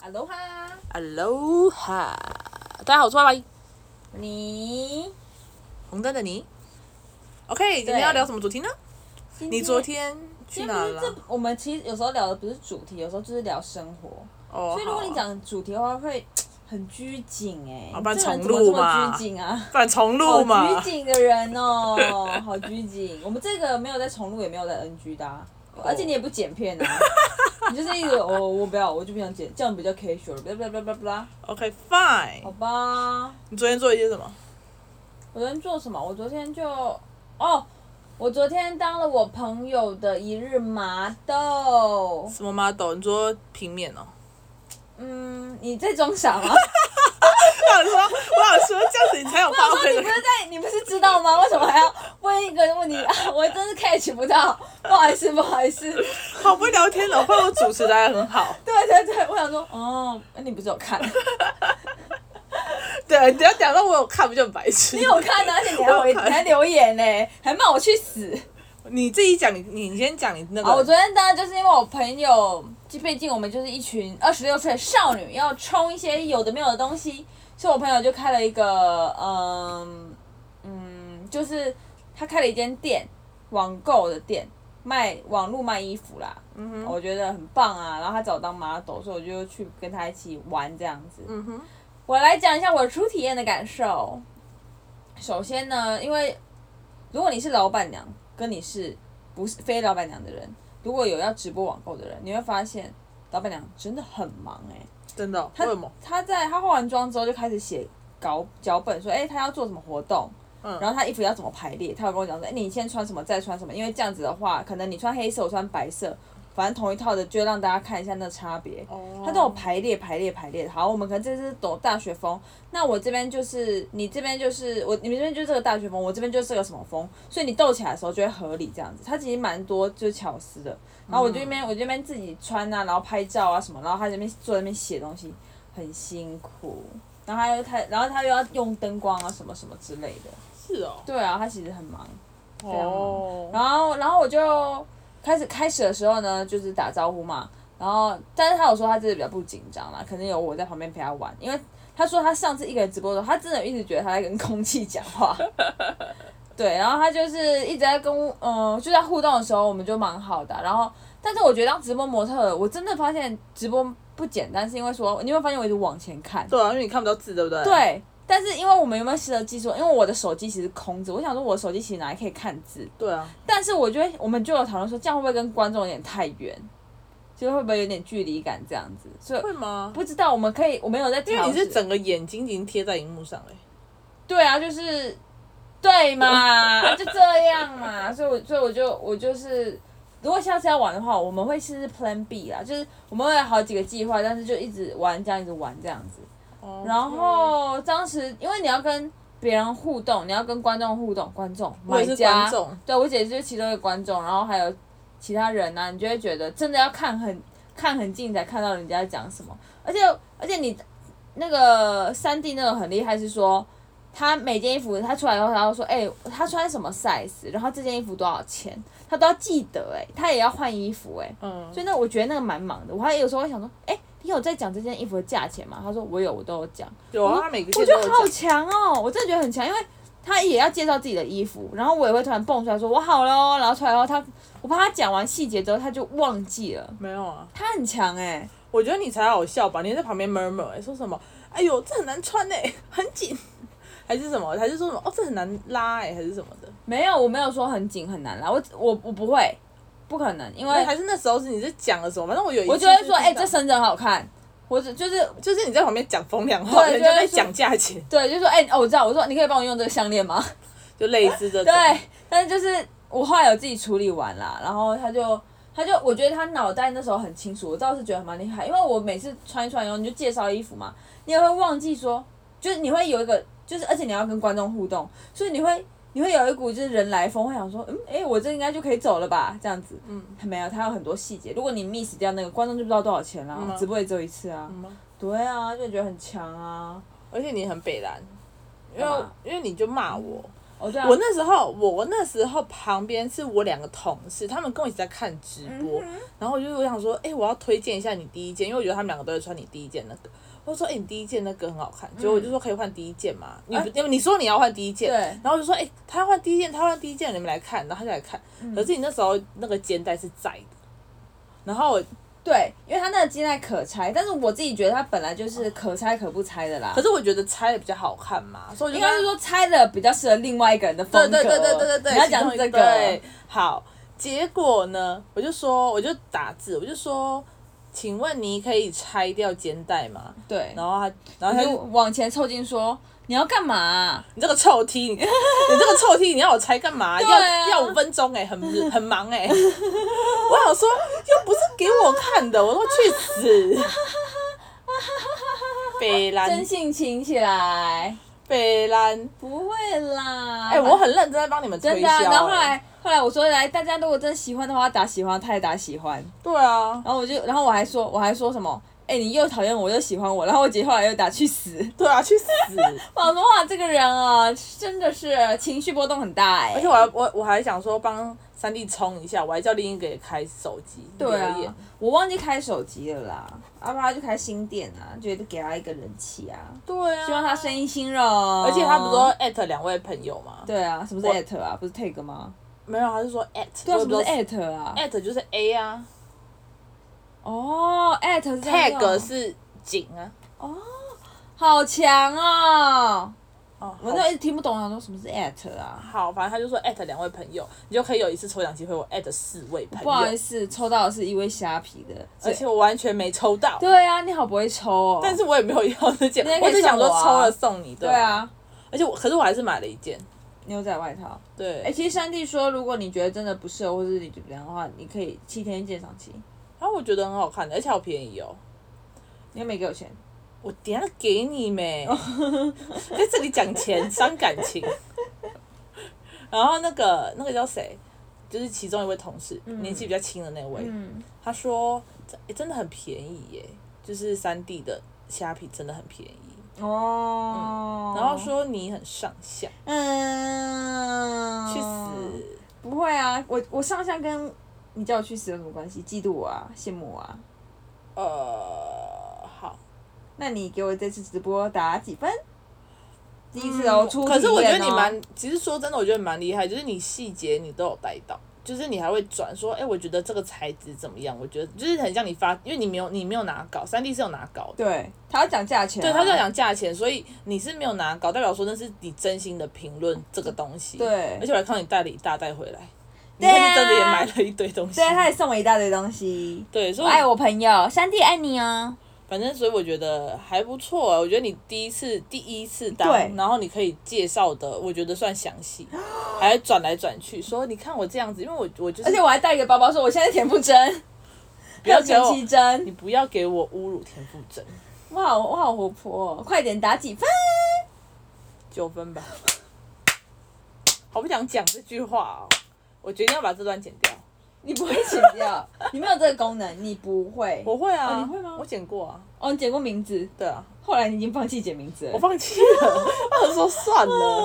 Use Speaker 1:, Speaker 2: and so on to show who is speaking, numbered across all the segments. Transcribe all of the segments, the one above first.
Speaker 1: Aloha，
Speaker 2: Aloha，大家好，我是 Y Y，
Speaker 1: 你
Speaker 2: 红灯的你。OK，今
Speaker 1: 对
Speaker 2: 天要聊什么主题呢？
Speaker 1: 今
Speaker 2: 你
Speaker 1: 天
Speaker 2: 昨天去
Speaker 1: 今天
Speaker 2: 哪
Speaker 1: 不是
Speaker 2: 了？
Speaker 1: 这我们其实有时候聊的不是主题，有时候就是聊生活。
Speaker 2: 哦，
Speaker 1: 所以如果
Speaker 2: 好
Speaker 1: 你，讲主题的话，会很拘谨哎、
Speaker 2: 好
Speaker 1: 你
Speaker 2: 不然
Speaker 1: 这人
Speaker 2: 重
Speaker 1: 怎么
Speaker 2: 录
Speaker 1: 这么
Speaker 2: 嘛
Speaker 1: 拘谨啊？
Speaker 2: 不然重录
Speaker 1: 好
Speaker 2: 嘛
Speaker 1: 拘。谨的人哦、 好拘谨。我们这个没有在重录，也没有在 NG 的、啊，
Speaker 2: 哦
Speaker 1: 而且你也不剪片啊。你就是一个哦，我不要，我就不想剪，这样比较 casual，blah blah blah blah blah，好
Speaker 2: OK，Fine。
Speaker 1: 吧。
Speaker 2: 你昨天做了一些什么？
Speaker 1: 我昨天做什么？我昨天就哦，我昨天当了我朋友的一日麻豆。
Speaker 2: 什么 model？你说平面哦。
Speaker 1: 嗯，你在装傻 吗？
Speaker 2: 我想说，我想说，这样子你才有发
Speaker 1: 我说
Speaker 2: 挥
Speaker 1: 你
Speaker 2: 的
Speaker 1: 不。是在，你不是知道吗？为什么还要问一个 问题啊？我真是 catch 不到，不好意思，不好意思。
Speaker 2: 好不会聊天的，会我主持的还很好。
Speaker 1: 对对对，我想说，哦，你不是有 看？
Speaker 2: 对，你要讲到我有看，不就很白痴
Speaker 1: 你？有看啊？而且你还回，
Speaker 2: 我有
Speaker 1: 你
Speaker 2: 看
Speaker 1: 还留言呢、还骂我去死。
Speaker 2: 你自己讲，你你先讲你那
Speaker 1: 啊，我
Speaker 2: 个。
Speaker 1: 昨天呢，就是因为我朋友，就毕竟我们就是一群二十六岁的少女，要冲一些有的没有的东西，所以我朋友就开了一个，嗯嗯，就是他开了一间店，网购的店，卖网络卖衣服啦，
Speaker 2: 嗯哼，
Speaker 1: 我觉得很棒啊。然后他找我当 model，所以我就去跟他一起玩这样子。
Speaker 2: 嗯哼，
Speaker 1: 我来讲一下我初体验的感受。首先呢，因为如果你是老板娘，跟你是不是非老板娘的人，如果有要直播网购的人，你会发现老板娘真的很忙哎、
Speaker 2: 真的哦，为
Speaker 1: 她
Speaker 2: 什么？
Speaker 1: 她在她化完妆之后就开始写稿脚本，说哎、她要做什么活动，
Speaker 2: 嗯
Speaker 1: 然后她衣服要怎么排列，她有跟我讲说哎、你先穿什么再穿什么，因为这样子的话，可能你穿黑色我穿白色，反正同一套的就会让大家看一下那差别。
Speaker 2: 哦
Speaker 1: 它都有排列排列排列。好，我们可能这是懂大学风，那我这边就是你这边就是我，你们这边就是这个大学风，我这边就是这个什么风，所以你斗起来的时候就会合理这样子。它其实蛮多就是巧思的。然后我就那边、我就那边自己穿啊，然后拍照啊什么，然后他这边坐在那边写东西，很辛苦。然后他又他，然后他又要用灯光啊什么什么之类的。
Speaker 2: 是哦。
Speaker 1: 对啊，他其实很忙。样
Speaker 2: 哦。
Speaker 1: 然后然后我就开始开始的时候呢，就是打招呼嘛，然后但是他有说他自己比较不紧张啦，可能有我在旁边陪他玩，因为他说他上次一个人直播的时候，他真的一直觉得他在跟空气讲话。对，然后他就是一直在跟我，嗯、就在互动的时候，我们就蛮好的啊、然后，但是我觉得当直播模特，我真的发现直播不简单，是因为说，你有没有发现我一直往前看？
Speaker 2: 对啊，因为你看不到字，对不对？。
Speaker 1: 对，但是因为我们有没有新的技术？因为我的手机其实空着，我想说我的手机其实哪里可以看字？
Speaker 2: 对啊。
Speaker 1: 但是我觉得我们就有讨论说，这样会不会跟观众有点太远，就会不会有点距离感这样子？所以
Speaker 2: 会吗？
Speaker 1: 不知道我们可以，我们有在
Speaker 2: 因为
Speaker 1: 调
Speaker 2: 你是
Speaker 1: 整
Speaker 2: 整个眼睛已经贴在荧幕上嘞、
Speaker 1: 对啊，就是对嘛，啊就这样嘛。所以我所以我就我就是，如果下次要玩的话，我们会试试 Plan B 啦，就是我们会有好几个计划，但是就一直玩这样，一直玩这样子。哦
Speaker 2: 哦
Speaker 1: 然后当时因为你要跟别人互动，你要跟观众互动，观众
Speaker 2: 我
Speaker 1: 买
Speaker 2: 也是
Speaker 1: 家
Speaker 2: 观众
Speaker 1: 对我姐就是其中一个观众，然后还有其他人啊，你就会觉得真的要看很看很近才看到人家在讲什么，而且而且你那个三 D 那种很厉害，是说他每件衣服他出来以后，他会说，哎、他穿什么 size，然后这件衣服多少钱，他都要记得、哎，他也要换衣服、哎，
Speaker 2: 嗯，
Speaker 1: 所以那我觉得那个蛮忙的，我还有时候会想说，哎、你有在讲这件衣服的价钱吗？他说我有，我都有讲。
Speaker 2: 有啊，他每个
Speaker 1: 哦我
Speaker 2: 线
Speaker 1: 觉
Speaker 2: 都有
Speaker 1: 得好
Speaker 2: 讲。
Speaker 1: 强哦，我真的觉得很强，因为他也要介绍自己的衣服，然后我也会突然蹦出来说我好了哦，然后出来后他，我怕他讲完细节之后他就忘记了，
Speaker 2: 没有啊，
Speaker 1: 他很强哎、
Speaker 2: 我觉得你才好笑吧？你在旁边 murmur 哎、说什么？哎呦，这很难穿哎、很紧， 还是什么？还是说什么？哦，这很难拉哎、还是什么的？
Speaker 1: 没有，我没有说很紧很难啦，我我我不会，不可能，因为
Speaker 2: 还是那时候是你是讲了什么？反正我有一次
Speaker 1: 我就会说
Speaker 2: 是
Speaker 1: 哎、
Speaker 2: 知道
Speaker 1: 这深圳好看，或者就是
Speaker 2: 就是你在旁边讲风凉话，
Speaker 1: 对
Speaker 2: 人家
Speaker 1: 就
Speaker 2: 在
Speaker 1: 是说
Speaker 2: 讲价钱，
Speaker 1: 对，就说哎、哦我知道，我说你可以帮我用这个项链吗？
Speaker 2: 就类似 这种。
Speaker 1: 对，但是就是我后来有自己处理完啦，然后他就他就我觉得他脑袋那时候很清楚，我倒是觉得蛮厉害，因为我每次穿一穿以后，你就介绍衣服嘛，你也会忘记说，就是你会有一个，就是而且你要跟观众互动，所以你会你会有一股就是人来疯，会想说，嗯，诶，我这应该就可以走了吧，这样子。
Speaker 2: 嗯，
Speaker 1: 他没有，他有很多细节，如果你 miss 掉那个，观众就不知道多少钱啦，
Speaker 2: 嗯啊
Speaker 1: 直播也只有一次啊。
Speaker 2: 嗯
Speaker 1: 对啊，就觉得很强啊。
Speaker 2: 而且你很北蓝，因
Speaker 1: 干
Speaker 2: 为
Speaker 1: 嘛
Speaker 2: 因为你就骂我，
Speaker 1: 哦对啊，
Speaker 2: 我那时候，我我那时候旁边是我两个同事，他们跟我一起在看直播，
Speaker 1: 嗯
Speaker 2: 然后我就我想说，哎、我要推荐一下你第一件，因为我觉得他们两个都会穿你第一件那个。我就说，哎、你第一件那个很好看，结果我就说可以换第一件嘛，你不、你说你要换第一
Speaker 1: 嗯
Speaker 2: 件，
Speaker 1: 啊对
Speaker 2: 然后我就说，哎、他要换第一件，他要换第一件，你们来看，然后他就来看，
Speaker 1: 嗯
Speaker 2: 可是你那时候那个肩带是在的，然后我
Speaker 1: 对，因为它那个肩带可拆，但是我自己觉得它本来就是可拆可不拆的啦。
Speaker 2: 可是我觉得拆的比较好看嘛，所以我就
Speaker 1: 应
Speaker 2: 跟
Speaker 1: 该
Speaker 2: 他
Speaker 1: 是说拆的比较适合另外一个人的风
Speaker 2: 对
Speaker 1: 格。
Speaker 2: 对对对对对对，
Speaker 1: 你要
Speaker 2: 其中
Speaker 1: 讲
Speaker 2: 一
Speaker 1: 这个
Speaker 2: 对，，好，结果呢，我就说，我就打字，我就说，请问你可以拆掉肩带吗？
Speaker 1: 对，
Speaker 2: 然后他，然后
Speaker 1: 我
Speaker 2: 他
Speaker 1: 嗯就
Speaker 2: 就，
Speaker 1: 往前凑近说你要干嘛啊、
Speaker 2: 你这个臭 T，你 你这个臭 T，你要我拆干嘛？
Speaker 1: 啊
Speaker 2: 要要五分钟哎、很很忙哎、 我想说，又不是给我看的，我说去死。 北
Speaker 1: 真
Speaker 2: 兰，
Speaker 1: 性情起来，
Speaker 2: 北兰，
Speaker 1: 不会啦。
Speaker 2: 哎、我很认真在帮你们推
Speaker 1: 啊真的啊、
Speaker 2: 销、哎
Speaker 1: 然后后来后来我说来，大家如果真的喜欢的话，打喜欢，他也打喜欢。
Speaker 2: 对啊，
Speaker 1: 然后我就，然后我还说我还说什么？哎、你又讨厌我又喜欢我，然后我姐后来又打去死。
Speaker 2: 对啊，去死！
Speaker 1: 我想说哇，这个人啊，真的是情绪波动很大哎、
Speaker 2: 而且我还我我还想说帮三弟冲一下，我还叫另一个也开手机
Speaker 1: 对
Speaker 2: 留言
Speaker 1: 啊，我忘记开手机了啦，要、不然就开新店啊，觉得给他一个人气啊，
Speaker 2: 对啊，
Speaker 1: 希望他生意兴隆。
Speaker 2: 哦而且他不是说艾特两位朋友吗？
Speaker 1: 对啊，什么是
Speaker 2: 我
Speaker 1: at 啊？不是 tag 吗？
Speaker 2: 没有，他是说 at，
Speaker 1: 对啊，什么是
Speaker 2: 艾
Speaker 1: at 啊？
Speaker 2: 艾特就是 A 啊
Speaker 1: 哦，at 是这样用
Speaker 2: ，tag 是井啊。
Speaker 1: 好强哦！
Speaker 2: 哦，
Speaker 1: 我那一直听不懂，想说什么是 at 啊？
Speaker 2: 好，反正他就说艾特两位朋友，你就可以有一次抽奖机会，我艾特四位朋
Speaker 1: 不好意
Speaker 2: 友，
Speaker 1: 思，抽到的是一位虾皮的，
Speaker 2: 哎而且我完全没抽到，
Speaker 1: 对啊，你好不会抽哦。
Speaker 2: 但是我也没有要这件
Speaker 1: 那也，可
Speaker 2: 我
Speaker 1: 以
Speaker 2: 只想说
Speaker 1: 送我啊
Speaker 2: 抽了送你，
Speaker 1: 对，啊，
Speaker 2: 而且我可是我还是买了一件，
Speaker 1: 牛仔外套。
Speaker 2: 对，
Speaker 1: 哎、其实山地说，如果你觉得真的不适合，或者是你怎么样的话，你可以七天鉴赏期，
Speaker 2: 然后我觉得很好看的，而且好便宜哦。
Speaker 1: 你又没给我钱。
Speaker 2: 我等一下给你没，
Speaker 1: 哦
Speaker 2: 在这里讲钱伤感情。 然后那个那个叫谁，就是其中一位同事，年纪比较轻的那位，
Speaker 1: 嗯，
Speaker 2: 他说、诶真的很便宜耶，就是三 D 的虾皮真的很便宜。
Speaker 1: 哦、
Speaker 2: 然后，说你很上相，
Speaker 1: 嗯，
Speaker 2: 去死！
Speaker 1: 不会啊，我我上下跟你叫我去死有什么关系？嫉妒我啊，羡慕我啊。
Speaker 2: 呃，好。
Speaker 1: 那你给我这次直播打几分？第一次哦，初
Speaker 2: 嗯可是我觉得你
Speaker 1: 体验哦
Speaker 2: 蛮，其实说真的，我觉得你蛮厉害，就是你细节你都有带到，就是你还会转说，哎、我觉得这个材质怎么样？我觉得就是很像你发，因为你没有你没有拿稿，三 D 是有拿稿的，
Speaker 1: 对，啊他要讲价钱、啊
Speaker 2: 对，他就，讲价钱，所以你是没有拿稿，代表说那是你真心的评论这个东西。
Speaker 1: 对
Speaker 2: 而且我还看到你带了一大袋回来，你
Speaker 1: 对啊
Speaker 2: 看是真的也买了一堆东西
Speaker 1: 对，。他也送我一大堆东西。
Speaker 2: 对，所
Speaker 1: 我
Speaker 2: 以
Speaker 1: 爱我朋友，三弟爱你哦。
Speaker 2: 反正所以我觉得还不错、啊，我觉得你第一次第一次当
Speaker 1: 对，
Speaker 2: 然后你可以介绍的，我觉得算详 细，还转来转去说，你看我这样子，因为我我就是，
Speaker 1: 而且我还带一个包包，说我现在田馥甄，
Speaker 2: 不
Speaker 1: 还有
Speaker 2: 要给
Speaker 1: 陈
Speaker 2: 我，
Speaker 1: 绮贞
Speaker 2: 你。不要给我侮辱田馥甄，
Speaker 1: 我好我好活泼、哦，快点打几分？
Speaker 2: 九分吧，好不想讲这句话哦，我决定要把这段剪掉，
Speaker 1: 你不会剪掉， 你没有这个功能，你不会。
Speaker 2: 我会啊，
Speaker 1: 哦你会吗
Speaker 2: 我剪过啊，
Speaker 1: 哦，你剪过名字，
Speaker 2: 对啊，
Speaker 1: 后来你已经放弃剪名字了。
Speaker 2: 我放弃了，我想说算 了，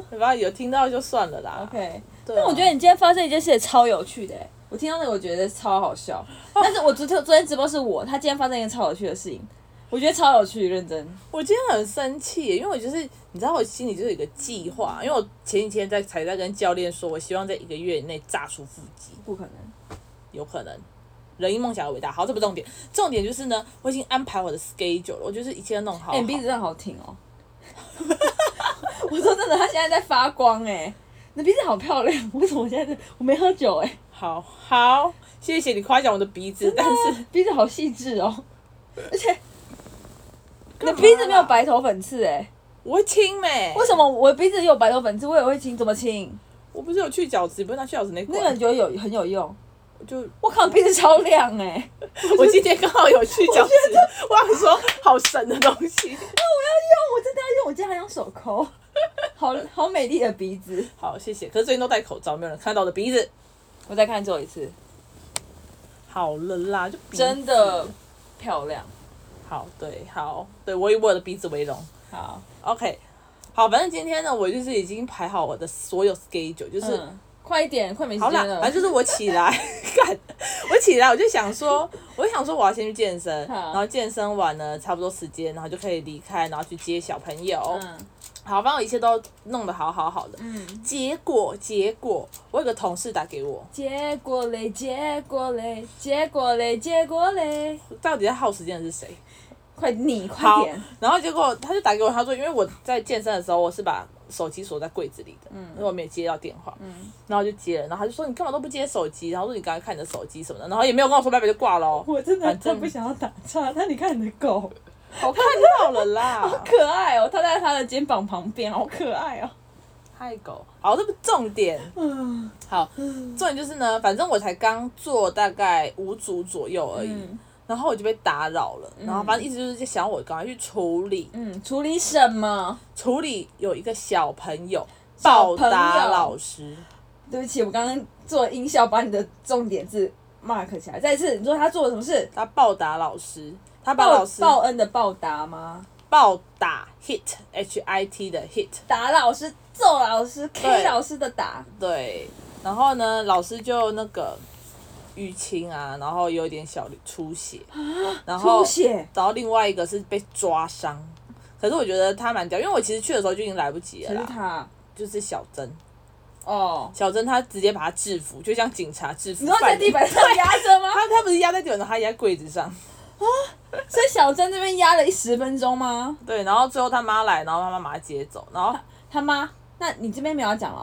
Speaker 1: 啊
Speaker 2: 对吧？有听到就算了啦。
Speaker 1: OK，
Speaker 2: 对啊
Speaker 1: 但我觉得你今天发生一件事也超有趣的欸，我听到那个我觉得超好 笑。但是我昨天昨天直播是我，他今天发生一件超有趣的事情，我觉得超有趣，认真。
Speaker 2: 我今天很生气耶，因为我就是你知道，我心里就是有一个计划，因为我前几天在才在跟教练说，我希望在一个月以内炸出腹肌，
Speaker 1: 不可
Speaker 2: 哦
Speaker 1: 能，
Speaker 2: 有可能。人因梦想而伟大，好，这不重点，重点就是呢，我已经安排我的 schedule 了，我就是一切都弄好好。
Speaker 1: 哎、你鼻子真的好挺哦。我说真的，他现在在发光哎、你鼻子好漂亮，为什么我现在在我没喝酒哎、
Speaker 2: 好好，谢谢你夸奖我的鼻子，但是
Speaker 1: 鼻子好细致哦，而且你的鼻子没有白头粉刺哎、
Speaker 2: 我会亲美。
Speaker 1: 为什么我鼻子有白头粉刺，我也会清？怎么清？
Speaker 2: 我不是有去角质，你不是拿去角质那
Speaker 1: 那个
Speaker 2: 管
Speaker 1: 你，觉得有很有用？
Speaker 2: 我就
Speaker 1: 我靠，鼻子超亮哎、
Speaker 2: 我今天刚好有去角质，我想说好神的东西。
Speaker 1: 我要用，我真的要用，我今天还用手 抠，好好美丽的鼻子。
Speaker 2: 好，谢谢。可是最近都戴口罩，没有人看到我的鼻子。
Speaker 1: 我再看最后一次，
Speaker 2: 好了啦，就鼻子
Speaker 1: 真的漂亮。
Speaker 2: 好，对，好，对我以我的鼻子为荣。
Speaker 1: 好，
Speaker 2: OK，好，反正今天呢，我就是已经排好我的所有 schedule，就是、
Speaker 1: 嗯，快一点，快没时
Speaker 2: 好啦
Speaker 1: 间，了。
Speaker 2: 反正就是我起来， 干，我起来我就想说，我就想说我要先去健身，
Speaker 1: 好
Speaker 2: 然后健身完呢，差不多时间，然后就可以离开，然后去接小朋友。
Speaker 1: 嗯
Speaker 2: 好，反正我一切都弄得好好好的。
Speaker 1: 嗯，
Speaker 2: 结果，结果，我有个同事打给我，
Speaker 1: 结果嘞，结果嘞，结果嘞，结果嘞，
Speaker 2: 到底在耗时间的是谁？
Speaker 1: 快你快
Speaker 2: 好
Speaker 1: 点，，
Speaker 2: 然后结果他就打给我，他说，因为我在健身的时候，我是把手机锁在柜子里的，因为我没有接到电话，
Speaker 1: 嗯
Speaker 2: 然后我就接了，然后他就说你干嘛都不接手机，然后说你刚才看你的手机什么的，然后也没有跟我说拜拜就挂了 哦、
Speaker 1: 我真的
Speaker 2: 反
Speaker 1: 真
Speaker 2: 正
Speaker 1: 不想要打岔，但你看你的狗，，
Speaker 2: 我看到了 啦
Speaker 1: 可爱哦，它在它的肩膀旁边，好可爱哦。
Speaker 2: 嗨狗，好，这不重点，
Speaker 1: 嗯
Speaker 2: 好，重点就是呢，反正我才刚做大概五组左右而已，
Speaker 1: 嗯
Speaker 2: 然后我就被打扰了，然后反正一直就是想我赶快去处理，
Speaker 1: 嗯，处理什么？
Speaker 2: 处理有一个小朋友
Speaker 1: 小朋
Speaker 2: 暴
Speaker 1: 友
Speaker 2: 打老师，
Speaker 1: 对不起，我刚刚做音效把你的重点字 mark 起来。再一次，你说他做了什么事？
Speaker 2: 他暴打老师，他把
Speaker 1: 报
Speaker 2: 老师
Speaker 1: 报恩的报答吗？
Speaker 2: 暴打 hit h i t 的 hit，
Speaker 1: 打老师、揍老师、K
Speaker 2: 对
Speaker 1: 老师的打，
Speaker 2: 对，然后呢，老师就那个淤青啊，然后有一点小出血，然
Speaker 1: 啊
Speaker 2: 后
Speaker 1: 出血。
Speaker 2: 然后另外一个是被抓伤，可是我觉得他蛮屌，因为我其实去的时候就已经来不及了
Speaker 1: 谁是
Speaker 2: 啦，
Speaker 1: 他？
Speaker 2: 就是小珍，
Speaker 1: 哦，
Speaker 2: 小珍她直接把他制服，就像警察制服
Speaker 1: 你说在
Speaker 2: 犯人
Speaker 1: 地板上压着吗？
Speaker 2: 他他不是压在地板上，他压在柜子上。
Speaker 1: 所以小珍这边压了一十分钟吗？
Speaker 2: 对，然后最后他妈来，然后他妈把他接走，然后
Speaker 1: 他妈，那你这边没有要讲了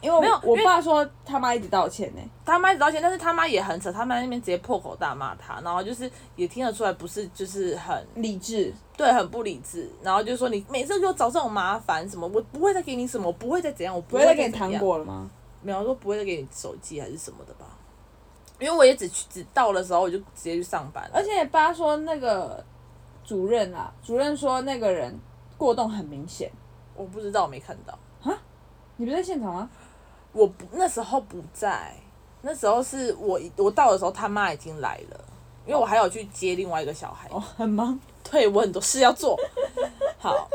Speaker 1: 哦、因为我
Speaker 2: 没有
Speaker 1: 我
Speaker 2: 因为
Speaker 1: 爸说他妈一直道歉呢、
Speaker 2: 他妈一直道歉，但是他妈也很扯，他妈在那边直接破口大骂他，然后就是也听得出来不是就是很
Speaker 1: 理智，
Speaker 2: 对很不理智，然后就说你每次给我找这种麻烦什么，我不会再给你什么，我不会再怎样，我不
Speaker 1: 不
Speaker 2: 会
Speaker 1: 会
Speaker 2: 再
Speaker 1: 再给你
Speaker 2: 怎么
Speaker 1: 糖
Speaker 2: 样，
Speaker 1: 果了吗？
Speaker 2: 没有说不会再给你手机还是什么的吧，因为我也只去只到的时候我就直接去上班了，
Speaker 1: 而且爸说那个主任啊，主任说那个人过动很明显。
Speaker 2: 我不知道我没看到，
Speaker 1: 你不是在现场啊吗？
Speaker 2: 我不那时候不在，那时候是我我到的时候他妈已经来了，因为我还有去接另外一个小孩，
Speaker 1: 哦，很忙。
Speaker 2: 对我很多事要做。 好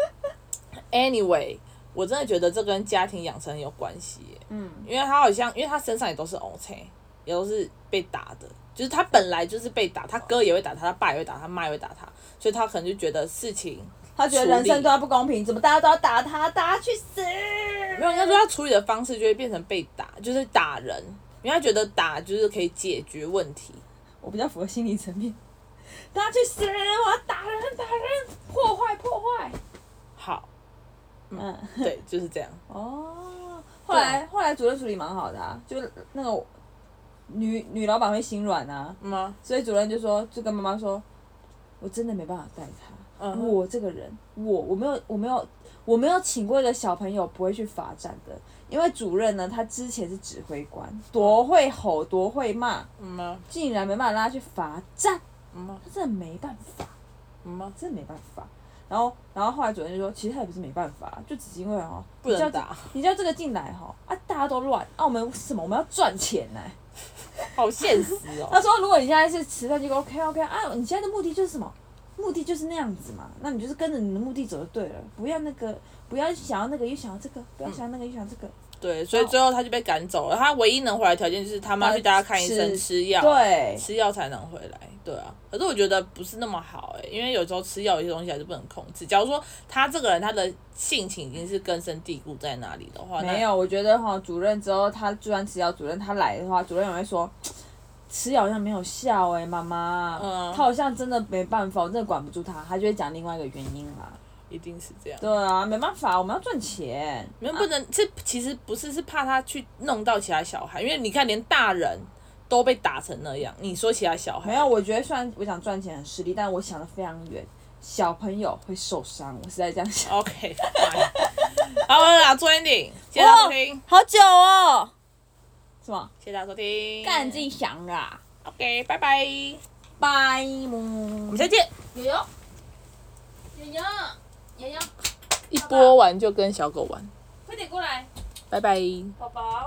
Speaker 2: ，anyway，我真的觉得这跟家庭养成有关系耶，
Speaker 1: 嗯
Speaker 2: 因为他好像，因为他身上也都是 O K，也都是被打的，就是他本来就是被打，他哥也会打他，他爸也会打他，他妈也会打他，所以他可能就觉得事情，
Speaker 1: 他觉得人生对他不公平，怎么大家都要打他，大家去死！
Speaker 2: 没有应该说他处理的方式就会变成被打，就是打人，因为他觉得打就是可以解决问题。
Speaker 1: 我比较符合心理层面，大家去死！我要打人，打人，破坏，破坏。
Speaker 2: 好，
Speaker 1: 嗯，
Speaker 2: 对，就是这样。
Speaker 1: 哦，后来后来主任处理蛮好的啊，就那个女女老板会心软啊，
Speaker 2: 嗯啊
Speaker 1: 所以主任就说就跟妈妈说，我真的没办法带他。
Speaker 2: 嗯哼，
Speaker 1: 我这个人，我我没有我没有我没有请过一个小朋友不会去罚站的，因为主任呢，他之前是指挥官，多会吼，多会骂，
Speaker 2: 嗯啊
Speaker 1: 竟然没办法让他去罚站，
Speaker 2: 嗯啊
Speaker 1: 他真的没办法，
Speaker 2: 嗯啊，
Speaker 1: 真的没办法。然后，然后后来主任就说，其实他也不是没办法，就只是因为哦，
Speaker 2: 不能打，
Speaker 1: 你叫这个进来哈、啊，大家都乱，啊，我们什么我们要赚钱呢、
Speaker 2: 好现实哦。
Speaker 1: 他说，如果你现在是慈善机构，OK OK 啊，你现在的目的就是什么？目的就是那样子嘛，那你就是跟着你的目的走就对了，不要那个，不要想要那个又想要这个，不要想要那个又想要这
Speaker 2: 嗯
Speaker 1: 个，
Speaker 2: 对，
Speaker 1: 哦
Speaker 2: 所以最后他就被赶走了。他唯一能回来的条件就是他妈去带他看医生
Speaker 1: 呃吃
Speaker 2: 吃药，
Speaker 1: 对，
Speaker 2: 吃药才能回来。对啊，可是我觉得不是那么好哎、因为有时候吃药有些东西还是不能控制。假如说他这个人他的性情已经是根深蒂固在那里的话，哦那
Speaker 1: 没有，我觉得哈，主任之后他就算吃药，主任他来的话，主任也会说，吃药好像没有效哎、妈妈，
Speaker 2: 嗯
Speaker 1: 他好像真的没办法，我真的管不住他，他就会讲另外一个原因啦，
Speaker 2: 一定是这样。
Speaker 1: 对啊，没办法，我们要赚钱，
Speaker 2: 没有不能，这其实不是是怕他去弄到其他小孩，因为你看连大人都被打成那样，你说其他小孩
Speaker 1: 没有，我觉得虽然我想赚钱很吃力，但我想的非常远，小朋友会受伤，我是在这样想。
Speaker 2: ？OK，fine 好了啦，做 ending，谢谢大家收听，
Speaker 1: 好久哦，什么？
Speaker 2: 谢谢大家收听，
Speaker 1: 干净翔啊，
Speaker 2: OK，拜拜，
Speaker 1: 拜
Speaker 2: 我
Speaker 1: 姆
Speaker 2: 们，再见。
Speaker 1: 悠悠，悠悠，悠悠，
Speaker 2: 一播完就跟小狗玩，
Speaker 1: 快点过来，
Speaker 2: 拜拜。
Speaker 1: 宝宝。